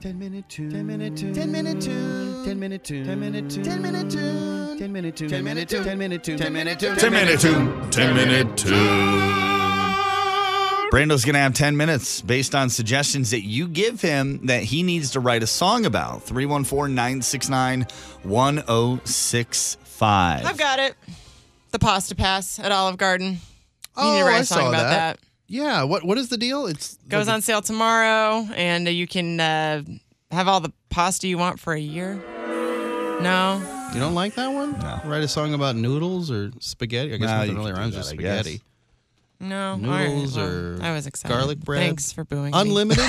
10 minute tune. 10 minute tune. 10 minute tune. 10 minute tune. 10 minute tune. 10 minute tune. 10 minute tune. 10 minute tune. 10 minute tune. 10 minute tune. 10 minute tune. 10 minute tune. Brando's going to have 10 minutes based on suggestions that you give him that he needs to write a song about. 314 969 1065. I've got it. The pasta pass at Olive Garden. You Oh, need to write I a song saw about that. that. Yeah. What What is the deal? It's Goes on sale tomorrow, and you can uh, have all the pasta you want for a year. No, You don't like that one? No. Write a song about noodles or spaghetti. I guess No, you nothing really can do rhymes that, with I guess. spaghetti. no. Noodles all right, or well, I was excited. garlic bread. Thanks for booing. me. Unlimited.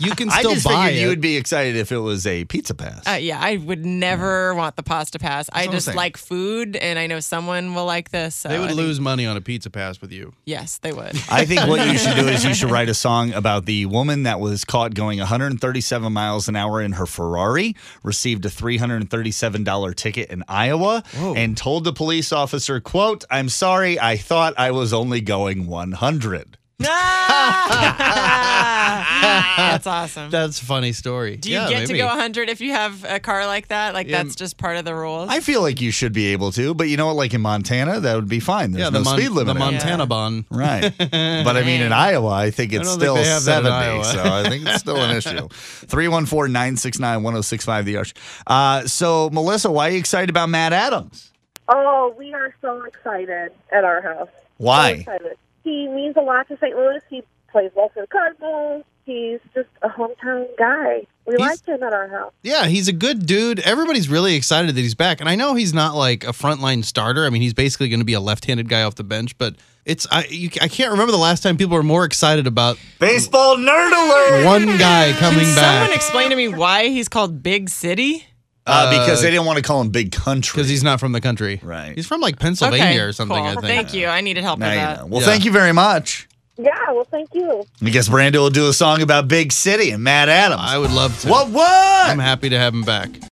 you can I still just buy figured it. you would be excited if it was a pizza pass. Uh, yeah, I would never want the pasta pass. I what I'm just saying. like food, and I know someone will like this. So they I would think- lose money on a pizza pass with you. Yes, they would. I think what you should do is you should write a song about the woman that was caught going 137 miles an hour in her Ferrari, received a $337 ticket in Iowa, and told the police officer, quote, I'm sorry, I thought I was only going 100. Ah! That's awesome. That's a funny story. Do you yeah, get to maybe. go 100 if you have a car like that? Like Yeah. that's just part of the rules. I feel like you should be able to, but you know what? Like in Montana, that would be fine. There's Yeah, no the, Mon- speed limit. the out there. Montana Bon. Right. But I mean, in Iowa, I think it's don't think still they have that in 70. Iowa. So I think it's still an issue. 314 969 1065, The Arch. Uh, so, Melissa, why are you excited about Matt Adams? Oh, we are so excited at our house. So Why? excited. He means a lot to St. Louis. He plays well for the Cardinals. He's just a hometown guy. We He's- liked him at our house. Yeah, he's a good dude. Everybody's really excited that he's back. And I know he's not like a frontline starter. I mean, he's basically going to be a left-handed guy off the bench, but it's I you, I can't remember the last time people were more excited about Baseball nerd alert! one guy coming Someone back explain to me why he's called Big City. Uh, because they didn't want to call him Big Country. because he's not from the country. Right. He's from like Pennsylvania okay, or something, cool. I think. Thank you. I needed help Now with you that. know. Well, Yeah. thank you very much. Yeah, well, thank you. I guess Brando will do a song about Big City and Matt Adams. I would love to. what? What? I'm happy to have him back.